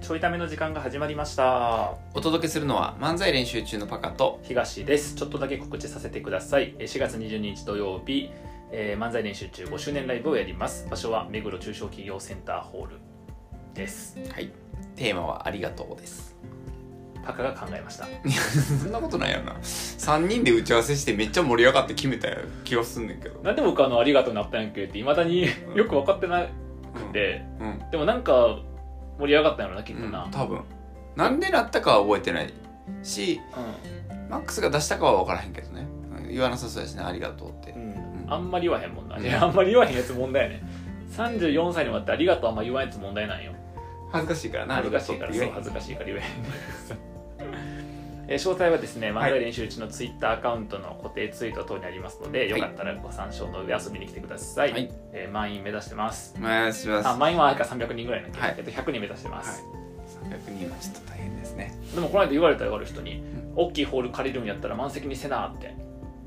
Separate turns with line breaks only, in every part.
ちょいための時間が始まりました
お届けするのは漫才練習中のパカと
東ですちょっとだけ告知させてくださいえー4月22日土曜日、えー漫才練習中5周年ライブをやります場所は目黒中小企業センターホールです
はいテーマはありがとうです
パカが考えました
いやそんなことないよな3人で打ち合わせしてめっちゃ盛り上がって決めた気がすんねんけど
なんで僕あの「ありがとう」なったんやっけっていまだに
うん
よく分かってなくて
うん、
でもなんか盛り上がったんやろなきっ
う
と
ん
な、うん
多分なんでなったかは覚えてないしマックスが出したかは分からへんけどねうん言わなさそうやしねありがとうって
うん
ん
あんまり言わへんもんな、
うん
いやあんまり言わへんやつ問題やね34歳にもなって「ありがとう」あんま言わんやつ問題なんよ
恥ずかしいからな
恥ずかしいからそう
ありが
恥
と
ず
う
かしいから 言えへんえー詳細はですね漫才練習中のツイッターアカウントの固定ツイート等にありますので、
い
よかったらご参照の上遊びに来てください、
はい
えー満員目指してます
お願いします
あ満員はあれか300人ぐらいなんだけど、
はい
えっと、100人目指してます、
はい、300人はちょっと大変ですね
でもこの間言われたよある人に
ん
「大きいホール借りるんやったら満席にせな」って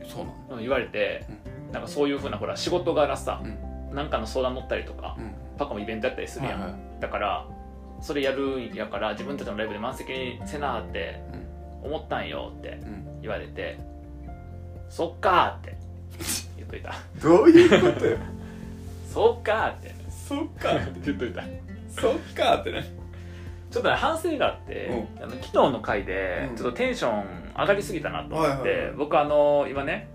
そうな
うん言われて、なんかそういうふうなほら仕事柄さ
のうん
なんかの相談乗ったりとか、
うん
パカもイベントやったりするやん、
はいはい
だからそれやるんやから自分たちのライブで満席にせなって思ったんよって
うんうん
言われて「そっか」って言っといた
どういうことよ
「そっか」って
そっか
言っといたち
そっかってね
ょっとね反省があって、あの昨日の回で
うん
ちょっとテンション上がりすぎたなと思って、
はいはいはい
僕あの今ね、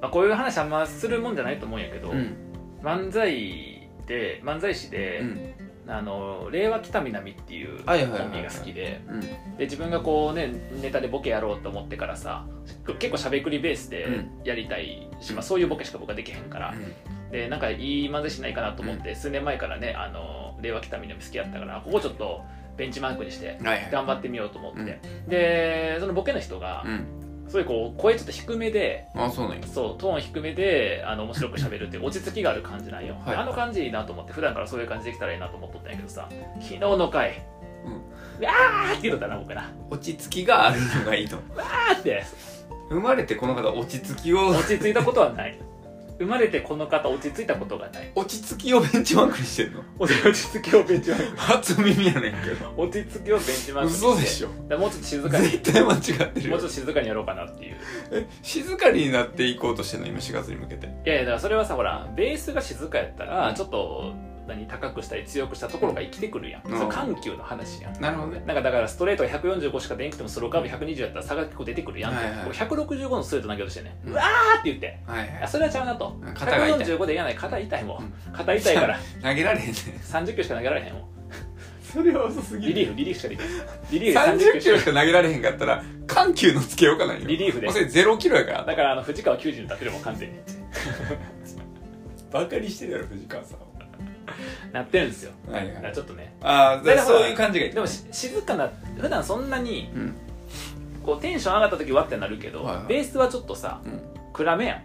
まあ、こういう話あんまするもんじゃないと思うんやけど、
うん
漫才で漫才師で、
うん
あの令和北南っていうコン
はいはいはいはい
ビが好きで
うん
で自分がこうねネタでボケやろうと思ってからさ結構しゃべくりベースでやりたいし、まあ、そういうボケしか僕はできへんから、でなんかいい漫才師ないかなと思って、数年前からねあの令和北南好きやったからここちょっとベンチマークにして
うんはいはい
頑張ってみようと思って、でそのボケの人が
うん
すごいこう声ちょっと低めで
あそうなんや
そうトーン低めであの面白く喋るっていう落ち着きがある感じなんよ、
はい
あの感じいいなと思って普段からそういう感じできたらいいなと思っとったんやけどさ昨日の回であーって言うとったな僕な
落ち着きがあるのがいいと
あーって
生まれてこの方落ち着き を
落ち着いたことはない生まれてこの方落ち着いたことがない
落ち着きをベンチマークにしてんの
落ち着きをベンチマーク
初耳やねんけど
落ち着きをベンチマークにして
嘘でしょ
だからもうちょっと静かに
絶対間違って
もうち
るよ
ょっと静かにやろうかなっていうい
え静かになっていこうとしてんの今4月に向けて
やいやだからそれはさほらベースが静かやったら
うん
ちょっと何高くしたり強くしたところが生きてくるやん、
うん
それ緩急の話やん
なるほどね
なんかだからストレートが145しか出んくてもスローカーブ120やったら差が結構出てくるやん、
はいはい
こう165のストレート投げようとしてね、
う
うんわーって言って
はい
い
は
や
い
それはちゃうなと
うん肩が痛い
145でやない肩痛いもん、
う
肩痛いから
投げられへんね
30球しか投げられへんもん
それは遅す
リリーフリリーフしかできないリリーフで
30
30
キロ
球
し
し
か
か
投げられへんかったら緩急のつけようかないよ
リリーフで
もうそれ0キロやから
だからあの藤川90に立てるもん完全に
バカにしてるやろ藤川さんは
なってるんですよ
はい
だ
は
から
い
ちょっとね
あ
だ
あ
から
そういう感じがいい
でもし静かな普段そんなに
うん
こうテンション上がった時はってなるけど、
はいはい
ベースはちょっとさ
うん
暗めやん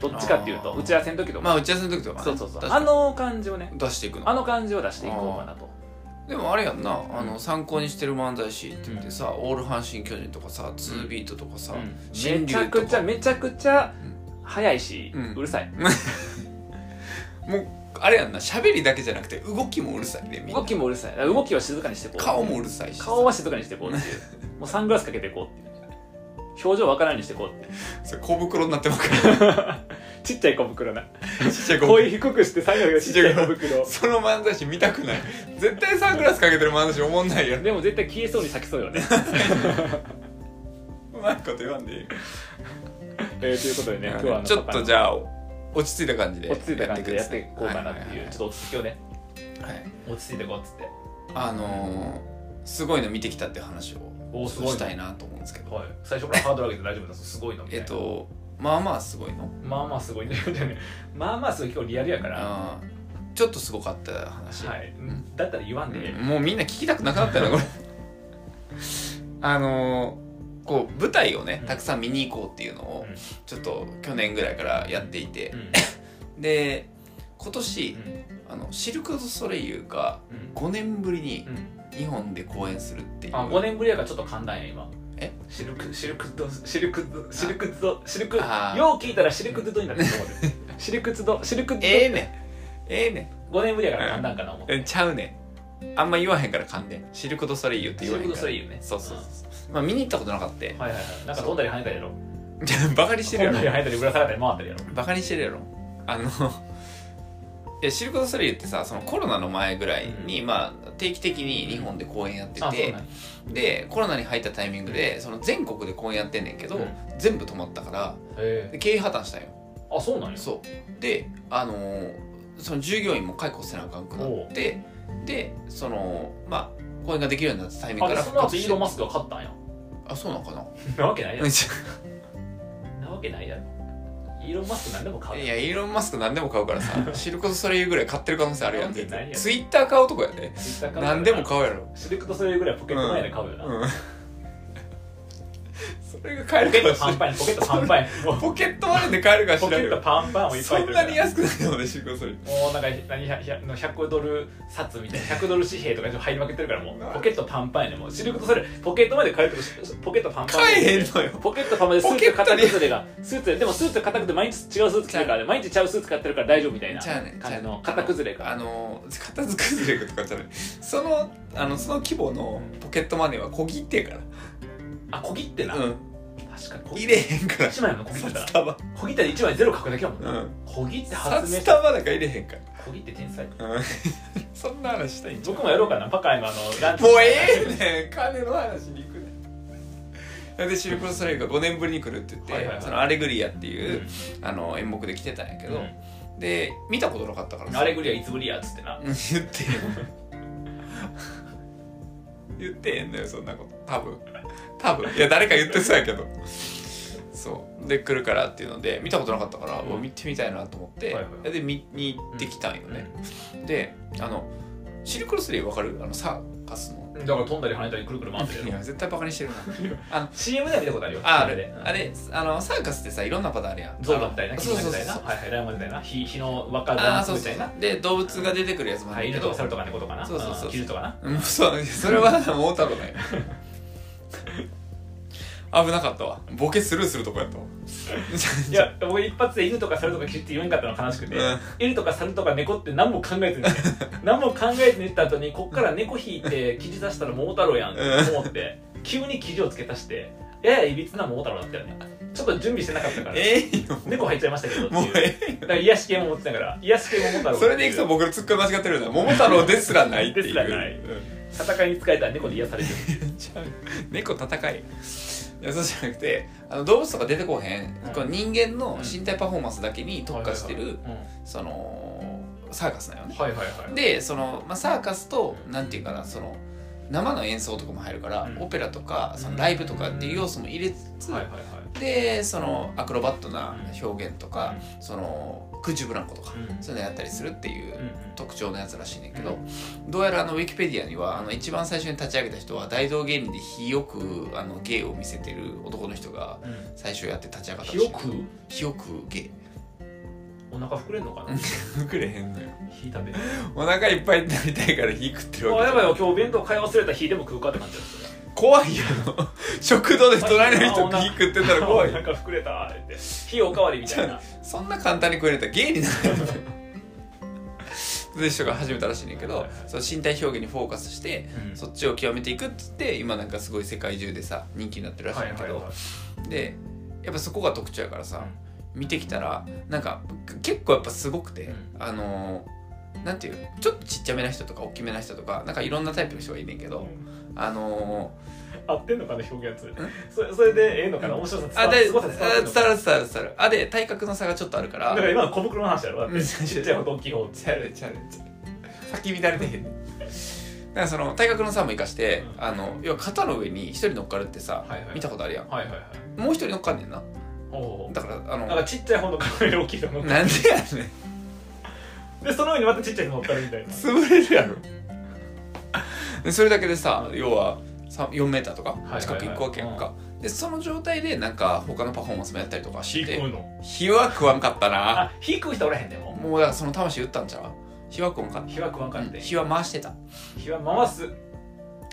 どっちかっていうと
あー
打ち合わせの時とか、
まあ打ち合わせの時とかね
そうそうそう
確
あ
かに
の感じをね
出していく
あ
の
の感じを出していこうかなと
でもあれやんなあの参考にしてる漫才師って言ってさオール阪神・巨人とかさ2ビートとかさ
うん
新
めち
竜
ゃ
と
くちゃ
か
めちゃくちゃ早いし、
う
うんるさい
もうあれやんな喋りだけじゃなくて動きもうるさいねみんな
動きもうるさいだから動きは静かにしていこう
顔もうるさいしさ
顔は静かにしていこうっていうもうサングラスかけていこうっていう表情わからんようにしていこうっていう
それ小袋になってますから
ちっちゃい小袋な
ちっちゃい小袋
声低くして作業がちっちゃい小袋
その漫才師見たくない絶対サングラスかけてる漫才師おもんないやろ
でも絶対消えそうに咲きそうよ ね、
うまいこと言わんでいい
えーということでね今日はあの
ちょっとじ
ゃ
ゃあ落ち着いた感じで
落ち着いた感じでやっていこうかなって
はいいうはい
ちょっと落ち着きをね
はいはい
落ち着いてこうっつって
あのーすごいの見てきたって話を
おーすごいね
したいなと思うんですけど
はい最初からハードル上げて大丈夫だすごいのみたい
え
な
っとまあまあすごいの
まあまあすごいんだよね まあまあすごい結構リアルやから
あーちょっとすごかった話、
はい
ん
だったら言わんでええ
うんもうみんな聞きたくなくなったよなこ れあのーこう舞台をね
うん
たくさん見に行こうっていうのを
うん
ちょっと去年ぐらいからやっていて
う、ん
で今年、
うん
あのシルク・ドゥ・ソレイユが
うん
5年ぶりに
うん
日本で公演するっていう、
あ5年ぶりやからちょっと簡単や今
え
シルクシルクドシルクドシルクドシルクよう
あー
聞いたらシルクドドになってると思 うでシルクドシルクド
ええねんええね
5年ぶりやから簡単かな思っ
んえ
て
ちゃうねあんま言わへんから噛んで知ることそれ言うって言わへん
知る
か
ことそ
ら
れ言うね
そうそうそうまあ見に行ったことなかった
はいはいはいなんか飛んだり跳ねたりやろ
バカにしてるや
飛んだり跳
ろ
ねたりぶら下がったり回ったりやろ
バカにしてるやろあの いや知ることそれ言ってさそのコロナの前ぐらいに、まあ、定期的に日本で公演やって
あそう
て
なんや
でコロナに入ったタイミングでその全国で公演やってんねんけど、
うん
全部止まったから
へ
で経営破綻したんよ
ーあそうなんや
そうであのーその従業員も解雇せなあかんくなってでそのまあ公演ができるようになったタイミング
あ
か
で
ら
その後イーロン・マ
ス
スクが勝ったんや
あそうなのかな
なわけないやろ
い
なわけないやろイーロン・マスク何でも 買うや
やイーロン・マスク何でも買うか らさ知ることそれ言うぐらい買ってる可能性あるやん
買うわけないやろ
ツイッター買うとこやで、ね、
ん Twitter 買うから
何でも買うやろ
シルクとそれぐらいポケットマネーで買うよな、
うん それが買え
ポ
る
ケ
か
ット
もし
パ
れ
ン
ない
パンやポケットパンパンや もう
ポケットマネーで買えるか
ポ
知
ケ
らんけ
ット
ど
パンパンもいっぱ
そ
い入ってる
んな
から
に安くないよね知ることそれ
もうなんか何ひゃひゃの100ドル札みたいな100ドル紙幣とか入りまくってるからもうポケットパンパンやねもうシルクとそれポケットまで買えるとこポケットパンパン
買えへんのよ
ポケットパンパンでスーツが
ポケット
硬
に
くずれがスーツでもスーツ硬くて毎日違うスーツ着てるからね毎日ちゃうスーツ買ってるから大丈夫みたいな
じゃあね
感じ
じゃあ
の
ね
型崩れが
あの片付くずれとかじゃないそのあのその規模のポケットマネーは小切手やか
あ小切ってな、
らうん
確かに小
入
切
れへんから
1枚も小切ったら
札束
小切手で1枚ゼロ書くだけやもん
う
な、
ん
小切手発明
札
した
束なんか入れへんか
小切手天才
らうん そんな話したいんじゃん
僕もやろうかなパカイのあのランチ
もうええねん金の話に行くねんでシルク・ロス・ソレイユが5年ぶりに来るって言って「
はいはいはい
そのアレグリア」っていう、あの演目で来てたんやけど、で見たことなかったから
うん、アレグリアいつぶりやっつってな
言ってへん言ってへんのよそんなこと多分多分いや誰か言ってそうやけどそうで来るからっていうので見たことなかったから、
うん
もう見てみたいなと思って、
はいはい
で見に行ってきたんよね、であのシルクロスリーわかるあのサーカスの
だから飛んだり跳ねたりくるくる回ってる
い
よ
や絶対バカにし てるなあの
CM では見たことあるよ
ああ
れ
れあれあのサーカスってさいろんなパターンあるやん
ゾウだったりな
あの
キ
そう
リン
そ
み
う
たいな
そうそう
はいはいライオンみたいな火火の輪っか
あーそう
み
そ
た
う
いな
で動物が出てくるやつもあ
は
る
い
け
犬
ど
とか猿とか猫とかな
そうそうそう
うんキルとかな
うんそうそれはもう太郎だよ危なかったわボケスルーするとこやったわ
いや僕一発で犬とか猿とかキルって言えんかったの悲しくて
うん
犬とか猿とか猫って何も考え てない何も考えて言った後にこっから猫引いて記事出したら桃太郎やんって思って急に記事を付け足してややいびつな桃太郎だったよねちょっと準備してなかったから
ええよ
猫入っちゃいましたけどって
もう
いう
ええ
だから癒し系も持ってたから癒し系も桃太郎
それでいくと僕のツッコミ間違ってるな桃太郎ですらないっていう
ですらない
うん
戦いに使えたら猫で癒されてる
ちゃう猫戦いいやそうじゃなくてあの動物とか出てこへん、
うん
この人間の身体パフォーマンスだけに特化してる、
うん
そのサーカスなんよね
はいはいはい
でその、まあ、サーカスと
うん
なんていうかなその生の演奏とかも入るから、
うん
オペラとかそのライブとかっていう要素も入れつつ、
はいはいはい
でそのアクロバットな表現とか、
う
その空中ブランコとか、
うん
そういうのやったりするっていう
うんうん
特徴のやつらしいねんけど、どうやらあのウィキペディアにはあの一番最初に立ち上げた人は大道芸人で火よくあの芸を見せてる男の人が
うん
最初やって立ち上がったらしい
広く
火を食う芸
お腹膨れんのかな
くれへんのよ
火食べる
お腹いっぱいになりたいから火食ってる
あ
わけ
やばいよ今日弁当買い忘れた火でも食うかって感じだっ
怖いよ食堂で隣の人
あ
火食ってたら
た
怖い
お腹膨れたって火おかわりみたいな
そんな簡単に食えるとは芸にな るよねという人が始めたらしいねんけどその身体表現にフォーカスして
うん
そっちを極めていくっつって今なんかすごい世界中でさ人気になってるらしい
は
ね
い
んだ
は
け
い
ど、
はい
でやっぱそこが特徴やからさ見てきたらなんか結構やっぱすごくて、
うん
あのーなんていうちょっとちっちゃめな人とか大きめな人とかなんかいろんなタイプの人がいんねんけど、あの
合ってんのかな表現それそれでええのかな面白さ
ー、あであ
伝
伝わ
わる
る伝わる伝わる伝わるあで体格の差がちょっとあるから
だから今の小袋の話やろだっ
うん
てちっちゃい方と大きい方って
チャレチャレチャレ先乱れてへんねんだからその体格の差も生かして、
うん
あの要は肩の上に一人乗っかるってさ、
はいはい
見たことあるやん
はいはいはい
もう一人乗っかんねんな
おお
だからあの
なんかちっちゃい方の顔より大きいの
なんでやねん
でその上にまたちっちゃいの乗っかるみたいな
潰れるやろでそれだけでさ要はさ4メーターとか
い
近く行くわけやんか、でその状態でなんか他のパフォーマンスもやったりとか
火
し
食う
て
の
火は食わんかったな
あ火食う人おらへんでも
もうだからその魂打ったんちゃう火は食わんかった
火は食わんかって
うん火は回してた
火は回す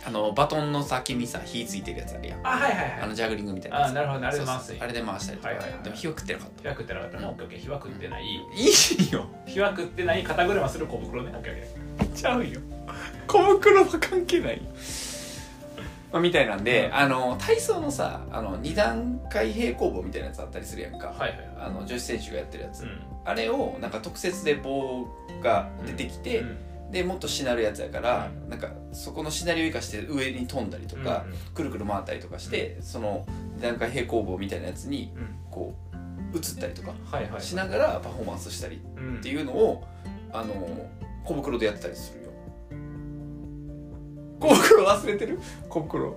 あのバトンの先にさ火ついてるやつあるやん
あはいはい
あ
は
の
い
ジャグリングみたいなや
あ
つ
なるほどなるほど
そう
回す
そうあれで回したりとか、
はいはいはい
でも火は食ってなかっ
火は食ってなかったらオッケーオッケー火は食ってない
たいいよ
火は食ってない肩車する小袋ねオッケーオッケ
ちゃうよ小袋は関係ない、まあ、みたいなんで、あの体操のさあの2段階平行棒みたいなやつあったりするやんか、
はいはい
あの女子選手がやってるやつ、
うん
あれをなんか特設で棒が出てきて、
うん
でもっとしなるやつやから、
う
なんかそこのしなりを生かして上に飛んだりとか、くるくる回ったりとかして、その2段階平行棒みたいなやつに
うんうん
こう移ったりとか
はいはい
しながらパフォーマンスしたり
うん
っていうのをあの小袋でやってたりするよ小袋忘れてる小袋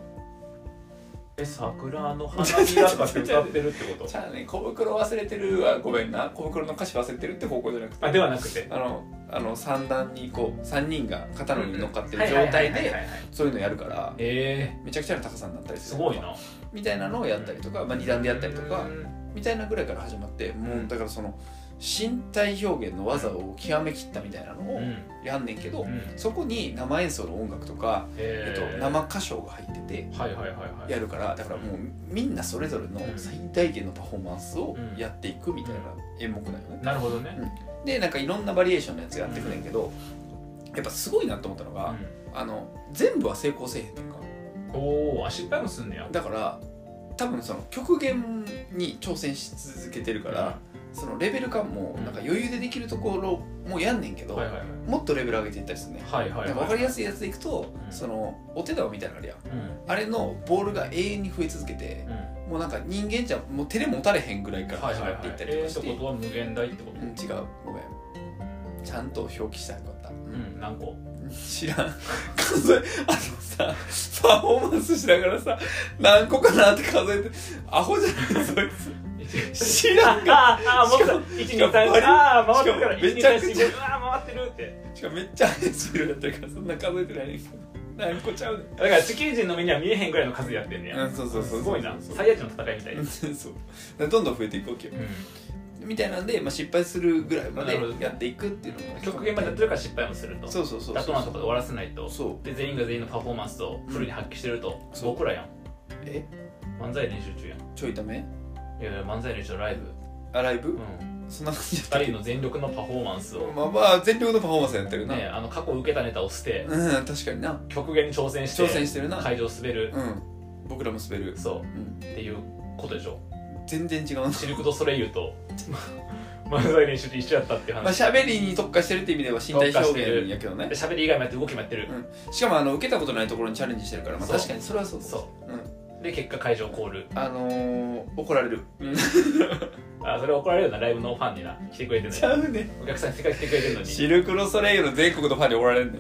え桜の花びらが歌ってるって こと
じゃあね小袋忘れてるはごめんな小袋の歌詞忘れてるって方向じゃなくて
あではなくて
あのあの三段にこう3人が肩の上に乗っかってる
はい
状
はいはい
態
はいはい
で
はい
そういうのやるから
え
めちゃくちゃな高さになったり
ー
す
す
る
ごいな
みたいなのをやったりとか、まあ、2段でやったりとか
うん
みたいなぐらいから始まってもうだからその身体表現の技を極めきったみたいなの
う
を
ん
やんねんけど
うん
そこに生演奏の音楽とかえ
え
っ
ー
と、生歌唱が入ってて
はいはいはいはい
やるからだからもうみんなそれぞれの最大限のパフォーマンスをやっていくみたいな演目だよね。
なるほどね
でなんかいろんなバリエーションのやつやってくねんけどやっぱすごいなと思ったのが、あの全部は成功せえへんとか
うんおおあ失敗もすんねや
だから多分その極限に挑戦し続けてるから、そのレベル感もなんか余裕でできるところもやんねんけど、
はいはいはい
もっとレベル上げていったりするね。
はいはいはい
分かりやすいやつでいくと、
うん
そのお手玉みたいなのあるやん
うん
あれのボールが永遠に増え続けて
うん
もうなんか人間じゃもう手で持たれへんぐらいから
はい
始
はいは
まってい
い
ったりと
え
か
ーっ
して、
てことは無限大ってこ
うん、違うごめんちゃんと表記したらよかった、う
とうんん何 個
知らん数えあのさパフォーマンスしながらさ何個かなって数えてアホじゃないそいつ知らんが
あああ
しか
僕
も
一
し
二
か
三
もバリ
ああ回ってるから
し
一
かもめ
二
ちゃ
三
くち
四
ゃ
五ああ回ってるって
しかもめっちゃ早すぎるやってるからそんな数えてないねんけど何個ちゃうね
だから地球人の目には見えへんぐらいの数やってんねや
うんそうそうそうそう
すごいなサイヤ人の戦いみたい
ん
です
そうどんどん増えていくわけよみたいなんで、まあ、失敗するぐらいまで
なるほど
やっていくっていうのが
極限までやってるから失敗もすると
そうそうそう
妥当なとこで終わらせないと
そう
で全員が全員のパフォーマンスをフルに発揮してると
そう
僕らやん
え
漫才練習中やん
ちょいため
いやいや漫才練習のライブ
アライブ、
うん
そんな感じやった
2人の全力のパフォーマンスを
まあまあ全力のパフォーマンスやってるな、
ねあの過去受けたネタを捨て
うん確かにな
極限に挑戦して
挑戦してるな
会場滑る
うん僕らも滑る、
そう
うん、
っていうことでしょ
全然違うな
シルク・ドゥ・ソレイユと 漫才練習と一緒やったっていう
まあ
話
喋りに特化してるって意味では身体表現やけどね
で喋り以外もやって動きもやってる
うんしかもあの受けたことないところにチャレンジしてるから、まあ、
そう
確かにそれはそう、
そう
うん、
うで結果会場コール
あのー、怒られる
あそれ怒られるなライブのファンにな来てくれてるのに
うね
お客さんせっかく来てくれてるのに
シルク・ロソレイユの全国のファンに怒られるね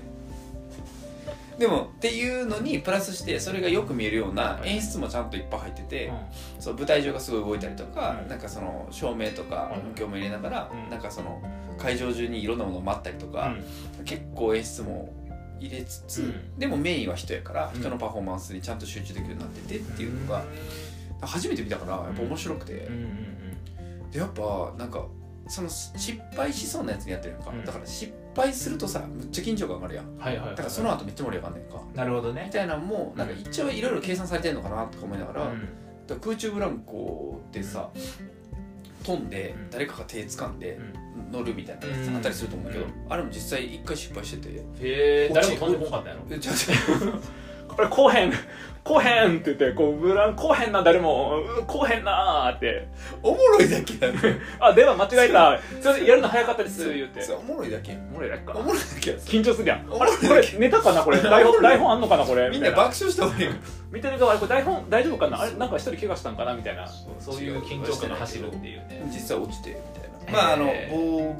でもっていうのにプラスしてそれがよく見えるような演出もちゃんといっぱい入ってて、そう舞台上がすごい動いたりとか、
うん
なんかその照明とか
うん
音響も入れながら、
うん
なんかその会場中にいろんなものを待ったりと
うんう
か、
ん
結構演出も入れつつ、
うん
でもメインは人やから
うん
人のパフォーマンスにちゃんと集中できるようになっててっていうのが初めて見たからやっぱ面白くて、
うんうんうん
でやっぱなんかその失敗しそうなやつにやってるやんか、
うん
だから失敗するとさむっちゃ緊張感上がるやん
はいはいはい
だからその後めっちゃ盛り上がんねんか
なるほどね
みたいなんもなんか一応いろいろ計算されてんのかなとか思いなが
う
ら、
ん
だから空中ブランコでさ飛んで
うん
誰かが手掴んで
うん
乗るみたいなやつあったりすると思うけど、
うん
あれも実際一回失敗してて
へえ
落
誰
ち
も飛んでこなかったんやろ
えちょっ
これこうへんこうへんって言ってこうブランこうへんな誰もうこうへんなーって
とおもろいだけやね
あ電話間違え たすいませんやるの早かったです言って
それおもろいだけ
漏れだっ
お
か
もろいだけやつ
緊張す るやん
おも
あ
ろ
れ
い
これネタかなこれ台本台本あんのかなこれ
み
み
ん
た
ない爆
な
笑した方がいいよ
見てる側あれこれ台本大丈夫かなあれなんか一人怪我したんかなみたいなそういう緊張感が走るっていうね
実際落ちてみたい
へー
なまああの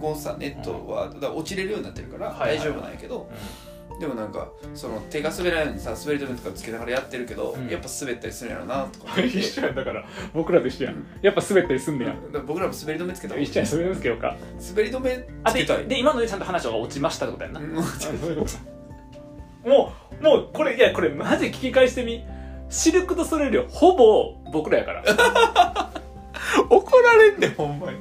防護さネットはだから落ちれるようになってるから
はいはい
大丈夫なんやけど
う
でもなんかその手が滑らないようにさ滑り止めとかつけながらやってるけど
うん
やっぱ滑ったりするんやろなとか
ん 一緒やんだから僕らと一緒やんやっぱ滑ったりすんねや
だから僕らも滑り止めつけた方がいい
一緒やん滑りますけどか
滑り止め
あ
つけ
で
たい
で今のでちゃんと話が落ちましたってことやんな
うん
もうもうこれいやこれマジ聞き返してみシルク・とソレイユほぼ僕らやから
怒られんでほんまに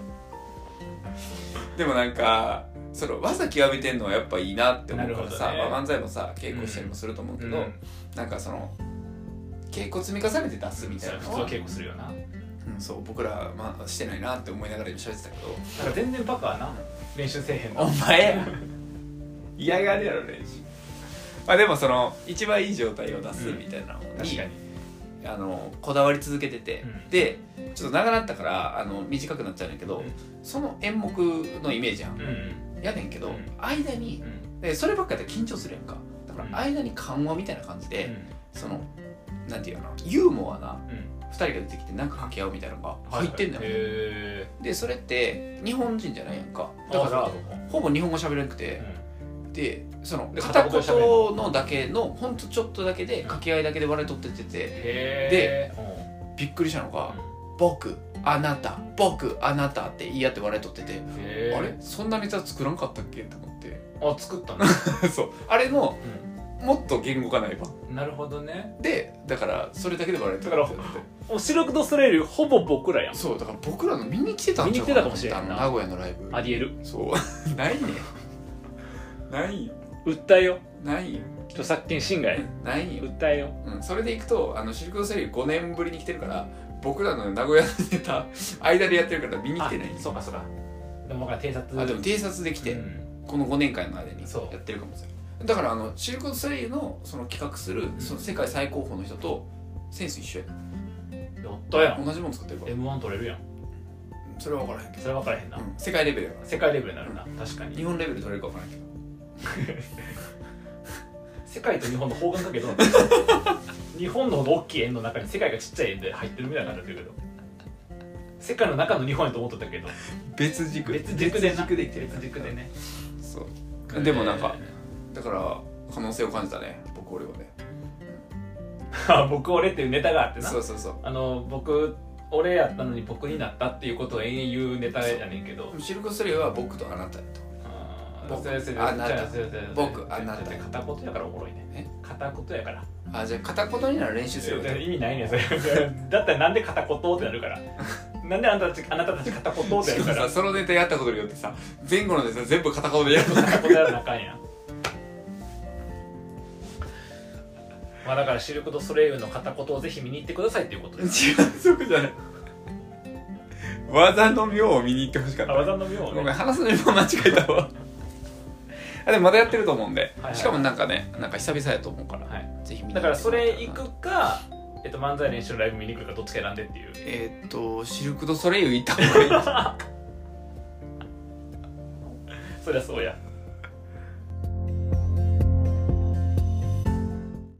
でもなんかその技極めてんのはやっぱいいなって思うからさ、
なるほどね
まあ漫才もさ稽古したりもすると思うけど、なんかその稽古積み重ねて出すみたいな
普通
のは
は稽古するよな
うん、そう僕ら、まあ、してないなって思いながら今喋ってたけど
なんか全然バカはな練習せえへん
お
の
前嫌がるやろ練習まあでもその一番いい状態を出すみたいなのに、
確かに
あのこだわり続けてて、
うん
でちょっと長なったからあの短くなっちゃうんやけど、
うん
その演目のイメージやん、やねんけど、
うん
間にでそればっかやったら緊張するやんかだか
うん
ら間に緩和みたいな感じで、そのなんていうかなユーモアな2人が出てきてなんか掛け合うみたいなのが入ってんだよ、
へ
でそれって日本人じゃないやんか
え
だからほぼ日本語喋れなくて、でその片言のだけのほんとちょっとだけで掛け合いだけで笑い取ってってて
へえ
びっくりしたのが「僕あなた僕あなた」って言い合って笑い取ってて、
で
あれそんなネタ作らんかったっけと思って
あ作ったの
そうあれのもっと言語化ないわ
なるほどね
でだからそれだけで笑い取って
だ
て
おシルク・ドゥ・ソレイユほぼ僕らやん
そうだから僕らの見に来てたんちゃう
見に来てたかもしれんな
あの名古屋のライブ
ありえる
そう ないねないよ
訴えよ
ないよ
著作権侵害
ないよ
訴えよ
うん、それでいくとあのシルク・ドゥ・ソレイユ5年ぶりに来てるから僕らの名古屋のネタ間でやってるから見に来てない
そうかそうかでも僕ら偵察
あでも偵察できて、
うん
この5年間の間に
そう
やってるかもしれないだからあのシルク・ドゥ・ソレイユのその企画する、
ん
その世界最高峰の人とセンス一緒や
やったやん
同じもの作ってるから
M1 取れるやん
それは分からへんけ
それ分からへん
ど、
な
うん世界レベルやから
世界レベルになるな確か
日
に
本レベル取れるか分からへんけど
世界と日本の方眼かけ どうなの日本の大きい円の中に世界がちっちゃい円で入ってるみたいになってるけど世界の中の日本やと思っとったけど
別軸
別軸でな
別軸できてる
別軸でね
そうでもな んかだから可能性を感じたね僕俺は
「
ね
僕俺」っていうネタがあってな
そうそうそう
あの僕俺やったのに僕になったっていうことを延々言うネタやねんけど
シルク・ドゥ・ソレイユは僕とあなたやと
あー
僕
それそれ
あなた
じゃそれそれそれ
僕あなた
だって片言やからおもろい
え
ね片言やから
あじゃあ片言になる練習する
だから意味ないねんそれだったらなんで片言ってなるからなんであなたたちあなたたち片言ってな
し
る
か
か
もさ
ら
そのネタやったことによってさ前後のネタ全部片言でやるの
片言やらなあかんやんまあだからシルク・ドゥ・ソレイユの片言をぜひ見に行ってくださいっていうこと
違う
です
そうじゃない技の妙を見に行ってほしかっ
あ
た
技の妙を
ごめん
ね
話すの今間違えたわあでもまだやってると思うんで、
はい
しかもなんかねなんか久々やと思うから、
はい
ぜひ見に行
だ
っ
から
てもらえた
そ
らな
れ行くか、えっと、漫才練習のライブ見に来るかどっちか選んでっていう
えーっとシルク・ドゥ・ソレイユ行った方がいい
そりゃそうや